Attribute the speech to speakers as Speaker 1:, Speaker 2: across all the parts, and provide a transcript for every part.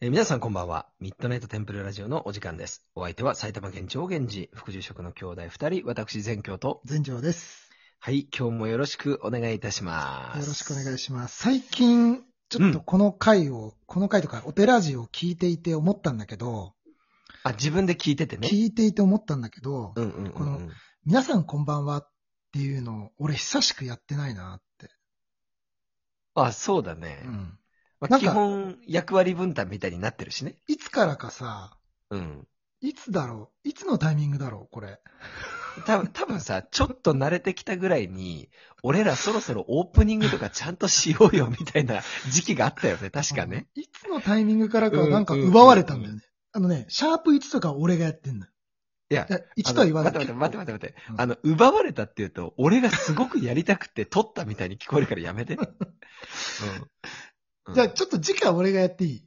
Speaker 1: えー皆さんこんばんは。ミッドナイトテンプルラジオのお時間です。お相手は埼玉県長源寺、副住職の兄弟二人、私善教と、
Speaker 2: 全長です。
Speaker 1: はい、今日もよろしくお願いいたします。
Speaker 2: よろしくお願い
Speaker 1: し
Speaker 2: します。最近、ちょっとこの回を、この回とか、オペラジオを聞いていて思ったんだけど、
Speaker 1: ます。あ、自分で聞いててね。
Speaker 2: 聞いていて思ったんだけど、
Speaker 1: うんうんうん、うん。
Speaker 2: この皆さんこんばんはっていうのを、俺久しくやってないなって。
Speaker 1: あ、そうだね。
Speaker 2: うん。
Speaker 1: ま
Speaker 2: な
Speaker 1: あ、
Speaker 2: んか
Speaker 1: 基本、役割分担みたいになってるしね。
Speaker 2: いつからかさ、
Speaker 1: うん。
Speaker 2: いつだろういつのタイミングだろうこれ。
Speaker 1: 多分、多分さ、ちょっと慣れてきたぐらいに、俺らそろそろオープニングとかちゃんとしようよみたいな時期があったよね、確かね。
Speaker 2: うん。いつのタイミングからか
Speaker 1: うん
Speaker 2: なんか奪われたんだよね。あのね、シャープ1とかは俺がやってんのよ。
Speaker 1: いや
Speaker 2: い、や1とは言わない。
Speaker 1: あの待って待って待って待って待って、
Speaker 2: うん
Speaker 1: あの、奪われたって言うと、俺がすごくやりたくて 取ったみたいに聞こえるからやめ て。うん。
Speaker 2: じゃあちょっと次回俺がやっていい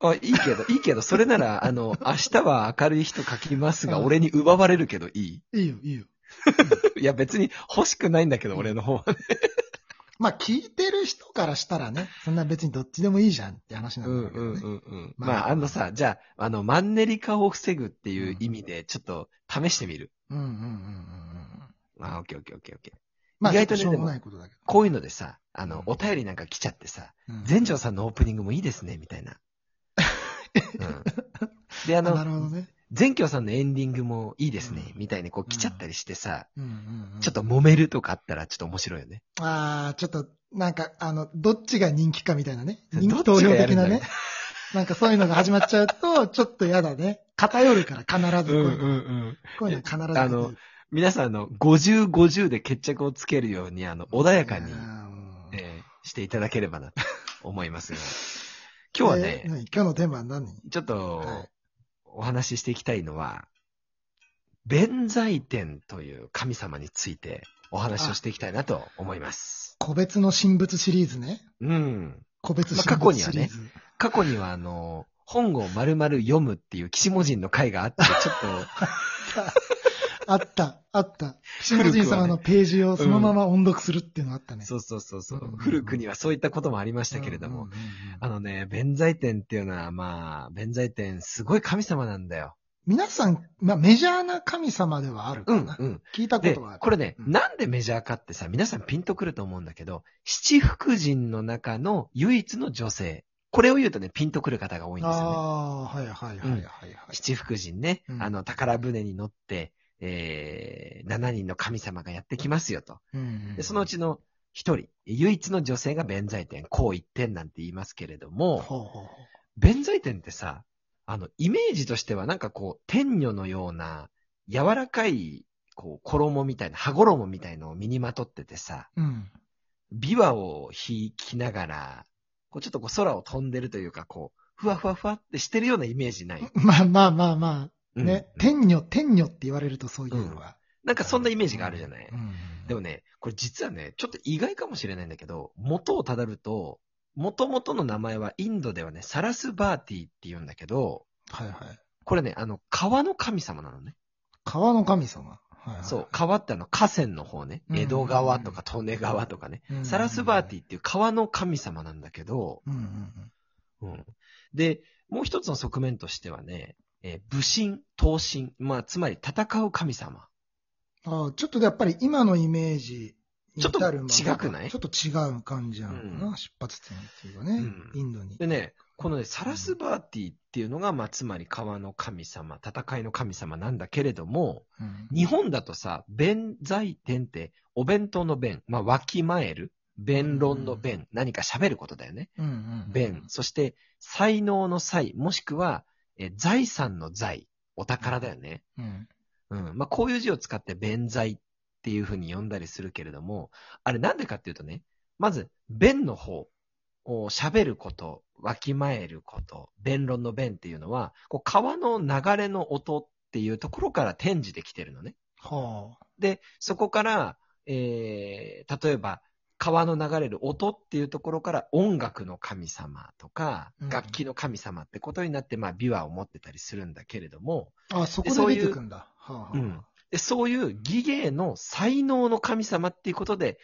Speaker 1: あ、いいけど、いいけど、それなら、あの、明日は明るい人書きますが、
Speaker 2: うん
Speaker 1: 俺に奪われるけどい
Speaker 2: いいよ、いいよ。
Speaker 1: いいや、別に欲しくないんだけど、俺の方はね。
Speaker 2: まあ、聞いてる人からしたらね、そんな別にどっちでもいいじゃんって話な
Speaker 1: うんん
Speaker 2: だ
Speaker 1: う
Speaker 2: けど
Speaker 1: んう
Speaker 2: ね。
Speaker 1: んうん。
Speaker 2: まあ
Speaker 1: まあ、あのさ、じゃあ、あの、マンネリ化を防ぐっていう意味で、ちょっと試してみる。
Speaker 2: うんうんうんうんうん。
Speaker 1: あ、オッケーオッケーオッケーオッケー。
Speaker 2: まあ、
Speaker 1: 意外
Speaker 2: 意外
Speaker 1: と
Speaker 2: と
Speaker 1: ね
Speaker 2: しょうもないことだけど。
Speaker 1: こういうのでさ、あの、
Speaker 2: うん
Speaker 1: お便りなんか来ちゃってさ、
Speaker 2: うん
Speaker 1: 全長さんのオープニングもいいですね、みたいな。うん、で、あ
Speaker 2: あな
Speaker 1: の、
Speaker 2: るほどね。
Speaker 1: 全教さんのエンディングもいいですね、
Speaker 2: うん
Speaker 1: みたいにこう来ちゃったりしてさ、
Speaker 2: うんうんうん
Speaker 1: ちょっと。揉めるとかあったらちょっと面白いよね。
Speaker 2: ああ、ちょっと、なんか、あの、どっちが人気かみたいなね。
Speaker 1: どっ
Speaker 2: 人気
Speaker 1: ちが
Speaker 2: 投票的な
Speaker 1: やるん
Speaker 2: ね。なんかそういうのが始まっちゃう と、ちょっと嫌だね。偏るから必ずこういうの。
Speaker 1: ん。
Speaker 2: こういうの必ず入れてる。
Speaker 1: あの皆さん、あの、50、50で決着をつけるように、あの、穏やかに
Speaker 2: い、ーもう
Speaker 1: えーしていただければな、と思いますが。今日は
Speaker 2: えー
Speaker 1: ね、
Speaker 2: 何今日のテーマは何
Speaker 1: ちょっ
Speaker 2: は
Speaker 1: と
Speaker 2: い、
Speaker 1: お話ししていきたいのは、弁財天という神様についてお話をしていきたいなと思います。
Speaker 2: 個別の神仏シリーズね。
Speaker 1: うん。
Speaker 2: 個別
Speaker 1: まあ
Speaker 2: 神
Speaker 1: 過去
Speaker 2: 仏
Speaker 1: には
Speaker 2: シ
Speaker 1: ね
Speaker 2: リーズ。
Speaker 1: 過去には、あの、本を丸々読むっていう岸文人の回があって、ちょっ
Speaker 2: あった、あった。
Speaker 1: 古
Speaker 2: 新
Speaker 1: くはね
Speaker 2: 人様のページをそのまま音読するっていうのあった
Speaker 1: と、
Speaker 2: ね。
Speaker 1: そうそうそうそう
Speaker 2: うんうんう、ん
Speaker 1: 古くにはそういったこともありましたけれども、
Speaker 2: うんうんうんうん
Speaker 1: あのね、弁財天っていうのは、まあ、弁財天すごい神様なんだよ。
Speaker 2: 皆さん、まあ、メジャーな神様ではある
Speaker 1: う
Speaker 2: か
Speaker 1: ん
Speaker 2: な、。
Speaker 1: うん。
Speaker 2: 聞いたこ
Speaker 1: で
Speaker 2: とはあ、る。
Speaker 1: これね、
Speaker 2: うん
Speaker 1: なんでメジャーかってさ、皆さんピンとくると思うんだけど、七福神の中の唯一の女性。これを言うとね、ピンとくる方が多いんですよね。
Speaker 2: ああー、はいはいはいはいはい。
Speaker 1: 七福神ね、
Speaker 2: うん
Speaker 1: あの、宝船に乗って、えー、7人の神様がやってきますよと。
Speaker 2: うん
Speaker 1: でそのう、ちの一人、唯一の女性が弁財天、こう一点なんて言いますけれど
Speaker 2: ほう
Speaker 1: も、
Speaker 2: ほうほう
Speaker 1: 弁財天ってさ、あの、イメージとしてはなんかこう、天女のような、柔らかい、こう、衣みたいな、羽衣みたいのを身にまとっててさ、
Speaker 2: うん。
Speaker 1: 琵琶を弾きながら、こう、ちょっとこう、空を飛んでるというか、こう、ふわふわふわってしてるようなイメージない。
Speaker 2: まあまあまあまあ、
Speaker 1: うん
Speaker 2: ね。天女、天女って言われるとそういうのは。
Speaker 1: なんかそんなイメージがあるじゃない。
Speaker 2: うんうん
Speaker 1: でもね、これ実はね、ちょっと意外かもしれないんだけど、元をたどると、元々の名前はインドではね、サラスバーティーって言うんだけど、
Speaker 2: はいはい。
Speaker 1: これね、あの、川の神様なのね。
Speaker 2: 川の神様。はいはい、
Speaker 1: そう、川ってあの、河川の方ね。
Speaker 2: うん
Speaker 1: 江戸川とか利根川とかね。
Speaker 2: うん。
Speaker 1: サラスバーテ
Speaker 2: ィ。
Speaker 1: ィーっていう川の神様なんだけど、
Speaker 2: うんうんうん。
Speaker 1: うん。で、もう一つの側面としてはね、えー武神、闘神、まあ、つまり戦う神様。
Speaker 2: ああ、ちょっとやっぱり今のイメージに至るまで
Speaker 1: ちょっと違くない
Speaker 2: ちょっと違う感じなのかな、
Speaker 1: う
Speaker 2: 出発点っていうかね、
Speaker 1: うん
Speaker 2: インドに。
Speaker 1: でね、このね、サラスバーティっていうのが、まあ、つまり川の神様、戦いの神様なんだけれども、
Speaker 2: うん、
Speaker 1: 日本だとさ、弁財天って、お弁当の弁、まあ、わきまえる、弁論の弁、何か喋ることだよね。
Speaker 2: うんうんうん
Speaker 1: 弁、そして、才能の才、もしくは、え財産の財、お宝だよね。
Speaker 2: うん
Speaker 1: うん。まあ、こういう字を使って弁財っていうふうに呼んだりするけれども、あれなんでかっていうとね、まず、弁の方、お喋ること、わきまえること、弁論の弁っていうのは、こう川の流れの音っていうところから転じてきてるのね。
Speaker 2: はあ。
Speaker 1: で、そこから、えー、例えば、川の流れる音っていうところから音楽の神様とか、
Speaker 2: うん
Speaker 1: 楽器の神様ってことになって、まあ、琵琶を持ってたりするんだけれども、
Speaker 2: あ、そ
Speaker 1: でそ
Speaker 2: こ
Speaker 1: う
Speaker 2: で
Speaker 1: いう
Speaker 2: 出てくんだ。はあは
Speaker 1: う
Speaker 2: あ、
Speaker 1: んでそういう技芸の才能の神様っていうことで、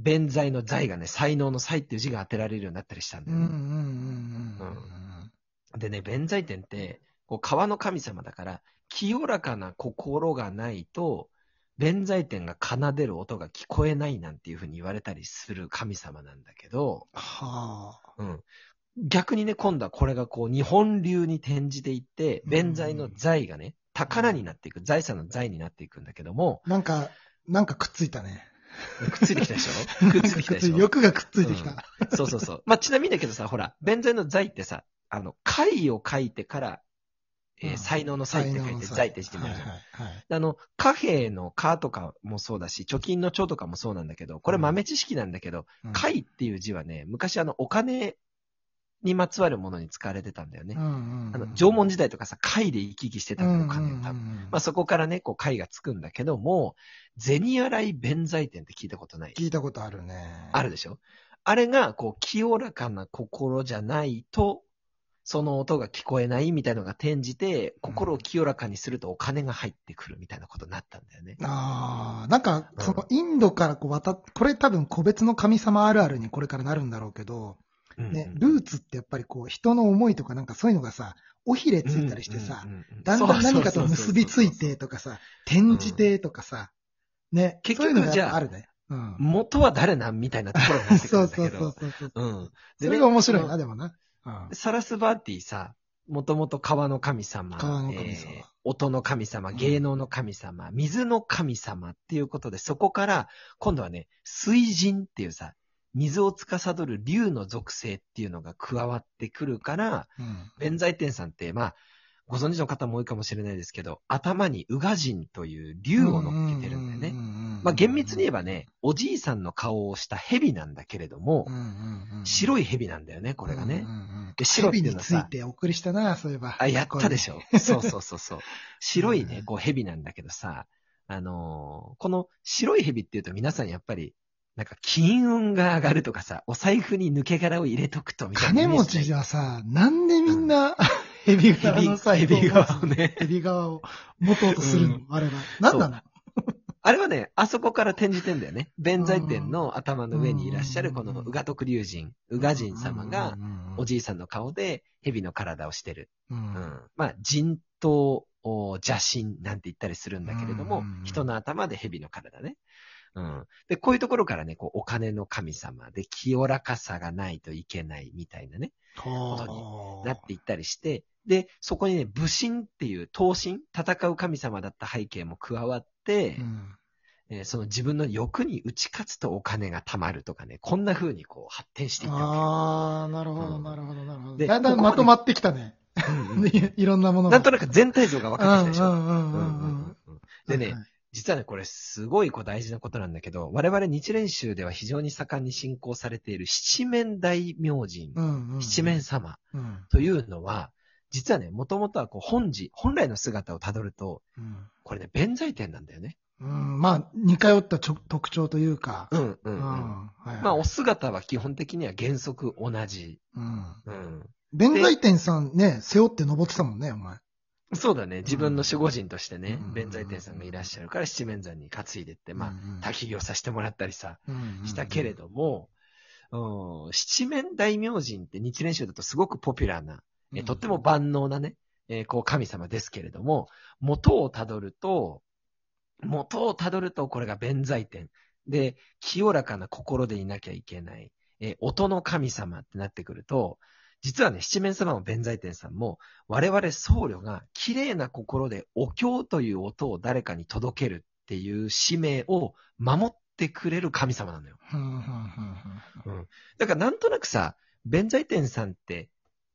Speaker 1: 弁財の財がね、才能の才っていう字が当てられるようになったりしたんだ
Speaker 2: うん
Speaker 1: よ
Speaker 2: うん
Speaker 1: ね。
Speaker 2: うんうんうんうん。
Speaker 1: でね、弁財天って、こう川の神様だから、清らかな心がないと、弁財天が奏でる音が聞こえないなんていうふうに言われたりする神様なんだけど、
Speaker 2: はあ。
Speaker 1: うん。逆にね、今度はこれがこう、日本流に転じていって、弁財の財がね、宝になっていく、財産の財になっていくんだけども、
Speaker 2: なんか、なんかくっついたね。
Speaker 1: くっついてきたでし ょくっついてきたでしょ
Speaker 2: 欲がくっついてきた。
Speaker 1: そうそうそう。まあ、ちなみにだけどさ、ほら、弁財の財ってさ、あの、貝を書いてから、えー
Speaker 2: うん
Speaker 1: 才能の才って書いて、財ってしてみるじゃん。
Speaker 2: はいはいはい
Speaker 1: あの、貨幣の貨とかもそうだし、貯金の貯とかもそうなんだけど、これ豆知識なんだけど、
Speaker 2: うん
Speaker 1: 貝っていう字はね、昔あの、お金にまつわるものに使われてたんだよね。
Speaker 2: うんうん
Speaker 1: あの、縄文時代とかさ、貝で行き来してたんだよ、お金を多分。
Speaker 2: うんうんうん
Speaker 1: まあ、そこからね、こう、貝がつくんだけども、銭洗い弁財天って聞いたことない
Speaker 2: 聞いたことあるね。
Speaker 1: あるでしょあれが、こう、清らかな心じゃないと、その音が聞こえないみたいのが転じて、心を清らかにするとお金が入ってくるみたいなことになったんだよね。
Speaker 2: ああ、なんか、
Speaker 1: うん
Speaker 2: そのインドからこう渡っ、これ多分個別の神様あるあるにこれからなるんだろうけど、ね、ルーツってやっぱりこう人の思いとかなんかそういうのがさ、尾ひれついたりしてさ、だんだん何かと結びついてとかさ、転じてとかさ、ね、
Speaker 1: 結
Speaker 2: そうい
Speaker 1: 局
Speaker 2: うのがやっぱあるね。う。
Speaker 1: うんん。元は誰なんみたいなところになってく
Speaker 2: そ
Speaker 1: るん
Speaker 2: う
Speaker 1: だ
Speaker 2: そう
Speaker 1: け
Speaker 2: そ
Speaker 1: ど。
Speaker 2: うそうそう。
Speaker 1: うん。で
Speaker 2: そ
Speaker 1: ね
Speaker 2: れが面白い
Speaker 1: そ
Speaker 2: な、
Speaker 1: の
Speaker 2: でもな。うん
Speaker 1: サラスバーティさ、もともと川の神様、
Speaker 2: 川の神様
Speaker 1: えー音の神様、芸能の神様、水の神様っていうことで、そこから、今度はね、水神っていうさ、水を司る竜の属性っていうのが加わってくるから、
Speaker 2: うん
Speaker 1: 弁財天さんって、まあ、ご存知の方も多いかもしれないですけど、頭に宇賀神という竜を乗っけてるんだよね。。まあ、厳密に言えばね、おじいさんの顔をした蛇なんだけれども
Speaker 2: うん、うんうんうん、
Speaker 1: 白い蛇なんだよね、これがね
Speaker 2: うん。うんうん
Speaker 1: で白って
Speaker 2: 蛇
Speaker 1: いう
Speaker 2: に
Speaker 1: のは
Speaker 2: つ
Speaker 1: さ
Speaker 2: いてお送りしたな、そういえば。
Speaker 1: あ、やったでし
Speaker 2: ょ。
Speaker 1: ょ。そうそうそうそう。白いね、こう蛇なんだけどさ、あのーこの白い蛇っていうと皆さんやっぱり、なんか金運が上がるとかさ、お財布に抜け殻を入れとくとみたいな
Speaker 2: 金
Speaker 1: イメー
Speaker 2: 持
Speaker 1: ジない。
Speaker 2: ちはさ、なんでみんな、蛇側の財布
Speaker 1: 蛇、
Speaker 2: を持
Speaker 1: 蛇
Speaker 2: つ
Speaker 1: 側をね。
Speaker 2: 蛇側を持とうとするの、
Speaker 1: うん
Speaker 2: あれは。なんなの
Speaker 1: あれはね、あそこから転じてんだよね。弁財天の頭の上にいらっしゃるこの宇賀徳龍神、宇賀神様が、、おじいさんの顔で蛇の体をしてる。
Speaker 2: う、
Speaker 1: うんん。まあ、人頭、お邪神なんて言ったりするんだけれど
Speaker 2: う
Speaker 1: も
Speaker 2: んうんうん、
Speaker 1: 人の頭で蛇の体ね。うん。で、こういうところからね、こう、お金の神様で、清らかさがないといけないみたいなね、
Speaker 2: ほう
Speaker 1: なっていったりして、で、そこにね、武神っていう、闘神、戦う神様だった背景も加わって、
Speaker 2: うん
Speaker 1: えーその自分の欲に打ち勝つとお金が貯まるとかね、こんな風にこう、発展していったわ
Speaker 2: あー、なるほど、
Speaker 1: うん
Speaker 2: なるほど、なるほど。
Speaker 1: で
Speaker 2: だんだん
Speaker 1: ここに
Speaker 2: まとまってきたね。
Speaker 1: け。うんうん
Speaker 2: いろんなもの が。
Speaker 1: なんとなく全体像が分かってきたでしょ。
Speaker 2: うん
Speaker 1: う
Speaker 2: うんうん
Speaker 1: う
Speaker 2: んうんん
Speaker 1: う
Speaker 2: うん
Speaker 1: んうんでね、
Speaker 2: はい
Speaker 1: 実はね、これすごいこう大事なことなんだけど、我々日蓮宗では非常に盛んに信仰されている七面大明神、
Speaker 2: うんうんうん
Speaker 1: 七面様
Speaker 2: うん
Speaker 1: というのは、実はね、もともとはこう本寺、本来の姿をたどると、
Speaker 2: うん
Speaker 1: これね、弁財天なんだよね。
Speaker 2: うんまあ、似通ったちょ特徴というか。
Speaker 1: うんうんう。
Speaker 2: うんはいはい
Speaker 1: まあ、お姿は基本的には原則同じ。
Speaker 2: うん
Speaker 1: うん。
Speaker 2: 弁財天さんね、背負って登ってたもんね、お前。
Speaker 1: そうだね、自分の守護神としてね
Speaker 2: うん、
Speaker 1: 弁財天さんがいらっしゃるから七面山に担いでって、まあ、焚き火をさせてもらったりさ、
Speaker 2: あ
Speaker 1: したけれども、うん七面大明神って日蓮宗だとすごくポピュラーな、えとっても、万能なね、えーこう神様ですけれども、元をたどると、元をたどるとこれが弁財天。で、清らかな心でいなきゃいけない、えー音の神様ってなってくると、実はね、七面様も弁財天さんも、我々僧侶が綺麗な心でお経という音を誰かに届けるっていう使命を守ってくれる神様なのよ。
Speaker 2: うんうんうんうん
Speaker 1: だからなんとなくさ、弁財天さんって、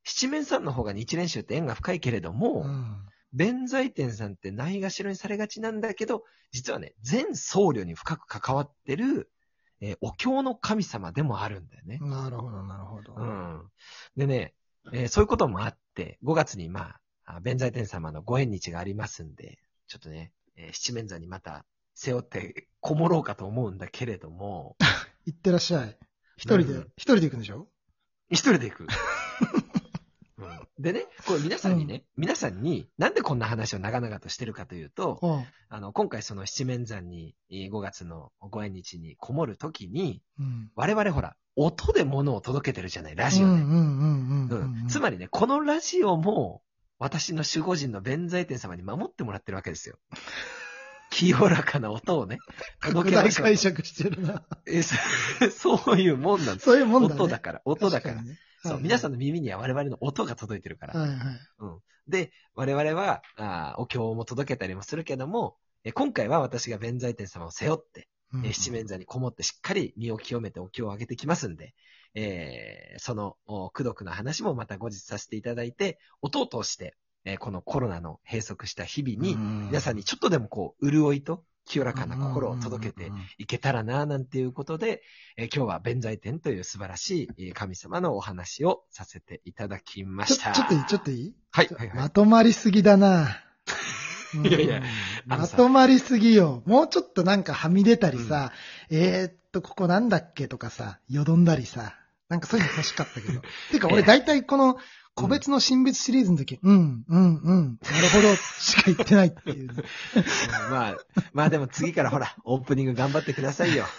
Speaker 1: 七面さんの方が日蓮宗って縁が深いけれども、
Speaker 2: うん
Speaker 1: 弁財天さんってないがしろにされがちなんだけど、実はね、全僧侶に深く関わってる、えーお経の神様でもあるんだよね。
Speaker 2: なるほど、なるほど。
Speaker 1: うん。でね、えーそういうこともあって、5月にまああ、弁財天様のご縁日がありますんで、ちょっとね、えー七面山にまた背負ってこもろうかと思うんだけれども、
Speaker 2: 行ってらっしゃい。一人
Speaker 1: う
Speaker 2: で
Speaker 1: ん、
Speaker 2: 一人で行くんでしょ
Speaker 1: 一人で行 く。うんでね、これ皆さんにね、皆さんになんでこんな話を長々としてるかというと、
Speaker 2: うん。
Speaker 1: あの、今回その七面山にえー5月のご縁日にこもるときに、
Speaker 2: うん。
Speaker 1: 我々ほら、音で物を届けてるじゃない、ラジ
Speaker 2: う
Speaker 1: オ
Speaker 2: ん
Speaker 1: ね。
Speaker 2: うんうんうんう
Speaker 1: うん
Speaker 2: ん。
Speaker 1: つまりね、このラジオも、私の守護神の弁財天様に守ってもらってるわけですよ。 清らかな音をね、届
Speaker 2: 拡
Speaker 1: けま
Speaker 2: 大
Speaker 1: しょう
Speaker 2: 解釈してるな。
Speaker 1: えそ そういうもんなんです。
Speaker 2: そういうもんだね。
Speaker 1: 音だから、音だから。
Speaker 2: 確にね。
Speaker 1: そう、皆さん
Speaker 2: ん
Speaker 1: の耳には我々の音が届いてるから。
Speaker 2: はいはい。
Speaker 1: で、我々は、あーお経も届けたりもするけども、え今回は私が弁財天様を背負って、
Speaker 2: うん
Speaker 1: えー七面座にこもってしっかり身を清めてお経をあげてきますんで、えーその、お苦毒の話もまた後日させていただいて、音を通して、えーこのコロナの閉塞した日々に、皆さんにちょっとでもこう、潤いと清らかな心を届けて
Speaker 2: うんうんうん
Speaker 1: いけたらな、なんていうことで、えー今日は弁財天という素晴らしいえー神様のお話をさせていただきま
Speaker 2: ちょ、
Speaker 1: し
Speaker 2: ち
Speaker 1: た。
Speaker 2: ょっといいちょっといい
Speaker 1: はい、はい、はい
Speaker 2: ま。とまりすぎだな。
Speaker 1: いやいや
Speaker 2: うん
Speaker 1: あの
Speaker 2: ま
Speaker 1: さ
Speaker 2: とまりすぎよ。もうちょっとなんかはみ出たりさ、えーっと、ここなんだっけとかさ、よどんだりさ、なんかそういうの欲しかっ たけど。てか俺大体この個別の神別シリーズの時、うん、うん、うん、なるほど、しか言ってないっていう。
Speaker 1: うん まあ、まあでも次からほら、オープニング頑張ってくださいよ。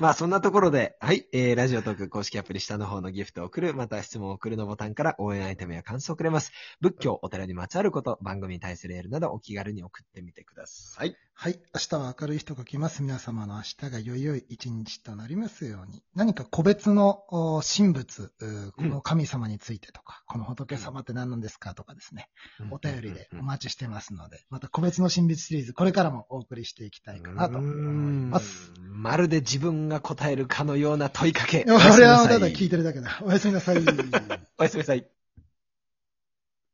Speaker 1: まあそんなところで、はい、えー、ラジオトーク公式アプリ下の方のギフトを送る、また質問を送るのボタンから応援アイテムや感想をくれます。仏教、お寺にまつわること、番組に対するエールなどお気軽に送ってみてください。
Speaker 2: はい。明日は明るい人が来ます。皆様の明日がよいよい一日となりますように。何か個別のお神仏、うーこの神様についてとか、この仏様って何なんですかとかですね、お便りでお待ちしてますので、また個別の神仏シリーズ、これからもお送りしていきたいかなと思います。
Speaker 1: うーん。まるで自分が答えるかのような問いかけ。
Speaker 2: 俺は
Speaker 1: お
Speaker 2: ただ
Speaker 1: やすみなさ
Speaker 2: 聞いてるだけだ。おやすみなさい。
Speaker 1: おやすみなさい。